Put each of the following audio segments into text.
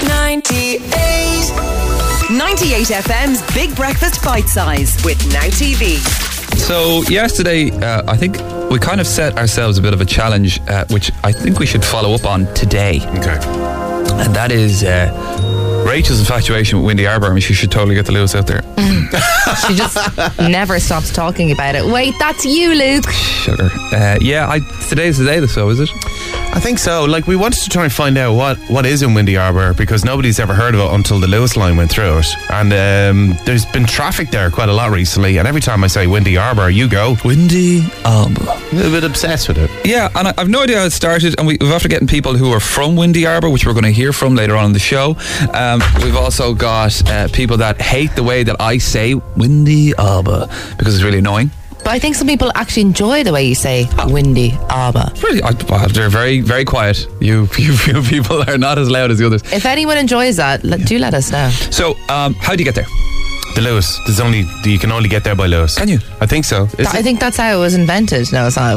98. 98 FM's Big Breakfast Bite Size with Now TV. So yesterday, uh, I think we kind of set ourselves a bit of a challenge, uh, which I think we should follow up on today, Okay. and that is uh, Rachel's infatuation with Wendy Arbour. I mean, she should totally get the Lewis out there. She just never stops talking about it. Wait, that's you, Luke. Sugar. Uh, yeah, I, today's the day, though, is it? I think so. Like we wanted to try and find out what what is in Windy Harbour because nobody's ever heard of it until the Lewis line went through it, and um, there's been traffic there quite a lot recently. And every time I say Windy Harbour, you go Windy Arbour. a little bit obsessed with it. Yeah, and I, I've no idea how it started. And we, we've after getting people who are from Windy Harbour, which we're going to hear from later on in the show. Um, we've also got uh, people that hate the way that I say Windy Harbour because it's really annoying. But I think some people actually enjoy the way you say windy arbor. Really, I, I- they're very, very quiet. You, you, you people are not as loud as the others. If anyone enjoys that, let, do let us know. So, um, how do you get there? The Lewis. There's only you can only get there by Lewis. Can you? I think so. Is I it? think that's how it was invented. No, it's not.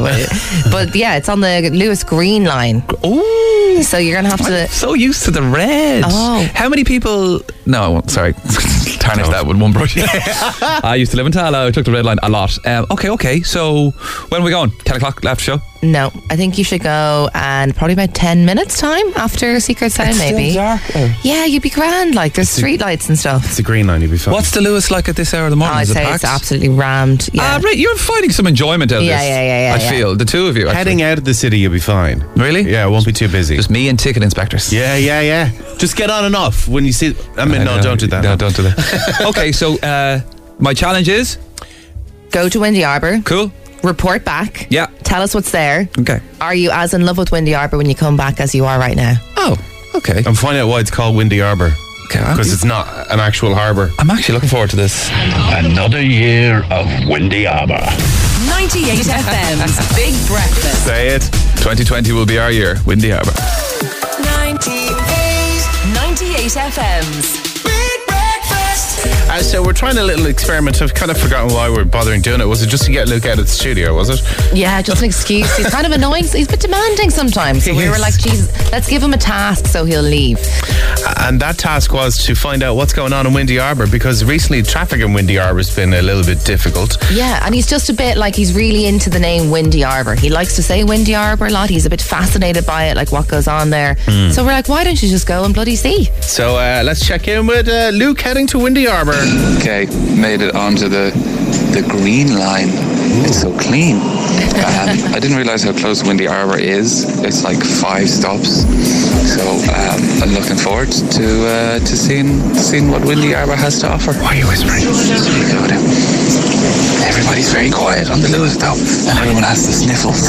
but yeah, it's on the Lewis Green line. Ooh, So you're going to have I'm to. so used to the red. Oh. How many people? No, I won't- sorry, tarnish that with one brush. I used to live in Tala. I took the red line a lot. Um, okay, okay. So, when are we going? Ten o'clock after show. No, I think you should go and probably about 10 minutes time after Secret Sound, maybe. Yeah, you'd be grand. Like there's streetlights and stuff. it's a green line. You'd be fine. What's the Lewis like at this hour of the morning? I'd Is it say it's packed? absolutely rammed. Yeah. Ah, right, you're finding some enjoyment out of Yeah, this. yeah, yeah, yeah, I yeah. feel the two of you. actually. heading out of the city? You'll be fine. Really? Yeah, it won't be too busy. Just me and ticket inspectors. yeah, yeah, yeah. Just get on and off when you see. I mean, I no, know. don't do that. No, don't do that. okay, so uh, my challenge is Go to Windy Arbor, cool. report back. Yeah. Tell us what's there. Okay. Are you as in love with Windy Arbor when you come back as you are right now? Oh, okay. And find out why it's called Windy Harbour. Okay, I'm- Because it's not an actual harbour. I'm actually looking forward to this. Another year of Windy Arbor. 98 FM's Big Breakfast. Say it. 2020 will be our year, Windy Harbour. 98. 98 FM's Big Breakfast. Uh, so we're trying a little experiment. I've kind of forgotten why we're bothering doing it. Was it just to get Luke out of the studio? Was it? Yeah, just an excuse. He's kind of annoying. He's a bit demanding sometimes. So we were Yes. like, Jesus, let's give him a task so he'll leave. And that task was to find out what's going on in Windy Harbour because recently traffic in Windy Harbour has been a little bit difficult. Yeah, and he's just a bit like he's really into the name Windy Arbor. He likes to say Windy Arbor a lot. He's a bit fascinated by it, like what goes on there. Hmm. So we're like, why don't you just go and bloody see? So uh, let's check in with uh, Luke heading to Windy Harbour. Okay, made it onto the the green line. It's so clean. Um, I didn't realize how close Windy Arbor is. It's like five stops. So um, I'm looking forward to uh, to seeing seeing what Windy Arbor has to offer. Why are you whispering? Everybody's very quiet on the Lewis though, and everyone has the sniffles.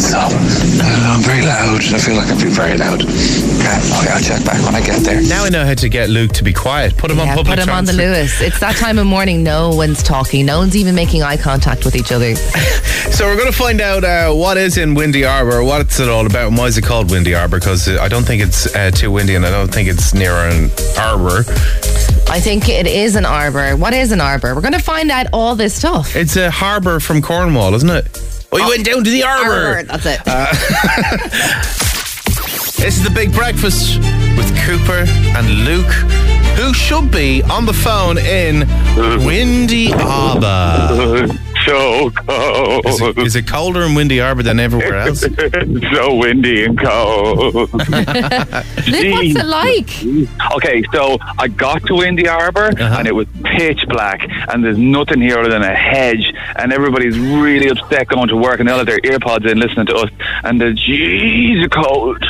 so I don't know, I'm very loud. I feel like I'm being very loud. Okay, okay, I'll check back when I get there. Now I know how to get Luke to be quiet. Put him on yeah, public put him on the transport. Lewis. It's that time of morning. No one's talking. No one's even making eye contact with each other. So we're going to find out uh, what is in Windy Harbour, what's it all about, and why is it called Windy Harbour? Because uh, I don't think it's uh, too windy, and I don't think it's near an harbour. I think it is an arbor. What is an arbor? We're going to find out all this stuff. It's a harbour from Cornwall, isn't it? Oh, you went down to the Arbor, harbour. That's it. This is the Big Breakfast with Cooper and Luke, who should be on the phone in Windy Harbour. So cold. Is it, is it colder in Windy Harbour than everywhere else? It's so windy and cold. Luke, what's it like? Okay, so I got to Windy Arbor Uh-huh. and it was pitch black, and there's nothing here other than a hedge, and everybody's really upset going to work, and they'll have their earpods in listening to us, and the jeez cold.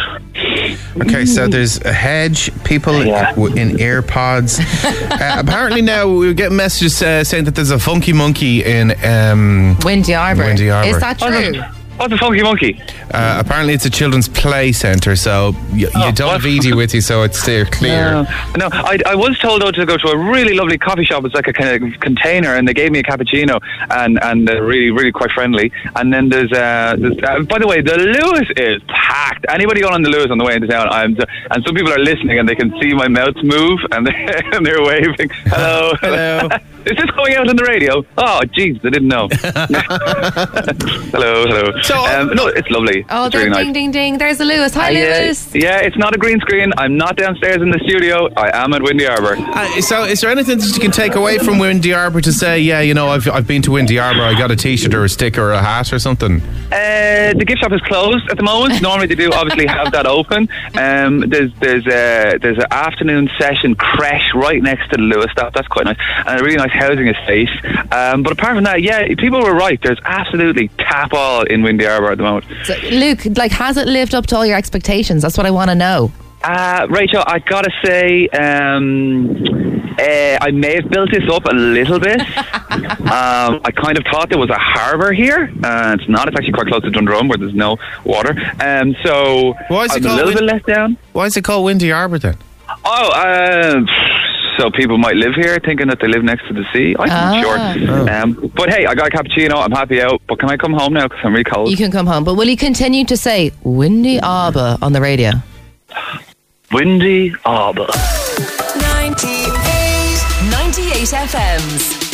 Okay, so there's a hedge, people Yeah. w- in ear pods. uh, apparently now we get messages uh, saying that there's a funky monkey in. Um, Windy Arbor. Windy Arbor. Is that Oh, no. true? What's a funky monkey? uh, apparently, it's a children's play centre, so y- you don't have Edie with you, so it's steer clear. No, I, I was told though to go to a really lovely coffee shop. It's like a kind of container, and they gave me a cappuccino, and and they're really really quite friendly. And then there's, uh, there's uh, by the way, the Lewis is packed. Anybody going on the Lewis on the way into town? I'm, and some people are listening, and they can see my mouth move, and they're, and they're waving. Hello, Hello. Is this going out on the radio? Oh, jeez, I didn't know. hello, hello. So- um, no, it's lovely. Oh, it's there, really nice. ding, ding, ding. There's a Lewis. Hi, I, uh, Lewis. yeah, it's not a green screen. I'm not downstairs in the studio. I am at Windy Arbor. Uh, so, is there anything that you can take away from Windy Arbor to say, yeah, you know, I've, I've been to Windy Arbor, I got a t shirt or a sticker or a hat or something? Uh, the gift shop is closed at the moment. Normally they do obviously have that open. Um, there's there's a there's an afternoon session creche right next to the Lewis stop. That's quite nice and a really nice housing estate. Um, but apart from that, yeah, people were right. There's absolutely tap all in Windy Arbor at the moment. So, Luke, like, has it lived up to all your expectations? That's what I want to know. Uh, Rachel, I gotta say, um, uh, I may have built this up a little bit. um, I kind of thought there was a harbour here. Uh, it's not. It's actually quite close to Dundrum, where there's no water. Um, so Why is it I'm a called little Win- bit let down. Why is it called Windy Arbor then? Oh, um, so people might live here thinking that they live next to the sea. I'm Ah. not sure. Oh. Um, but hey, I got a cappuccino. I'm happy out. But can I come home now? Because I'm really cold. You can come home. But will you continue to say Windy Arbor on the radio? Windy Harbour. 98 98 FM's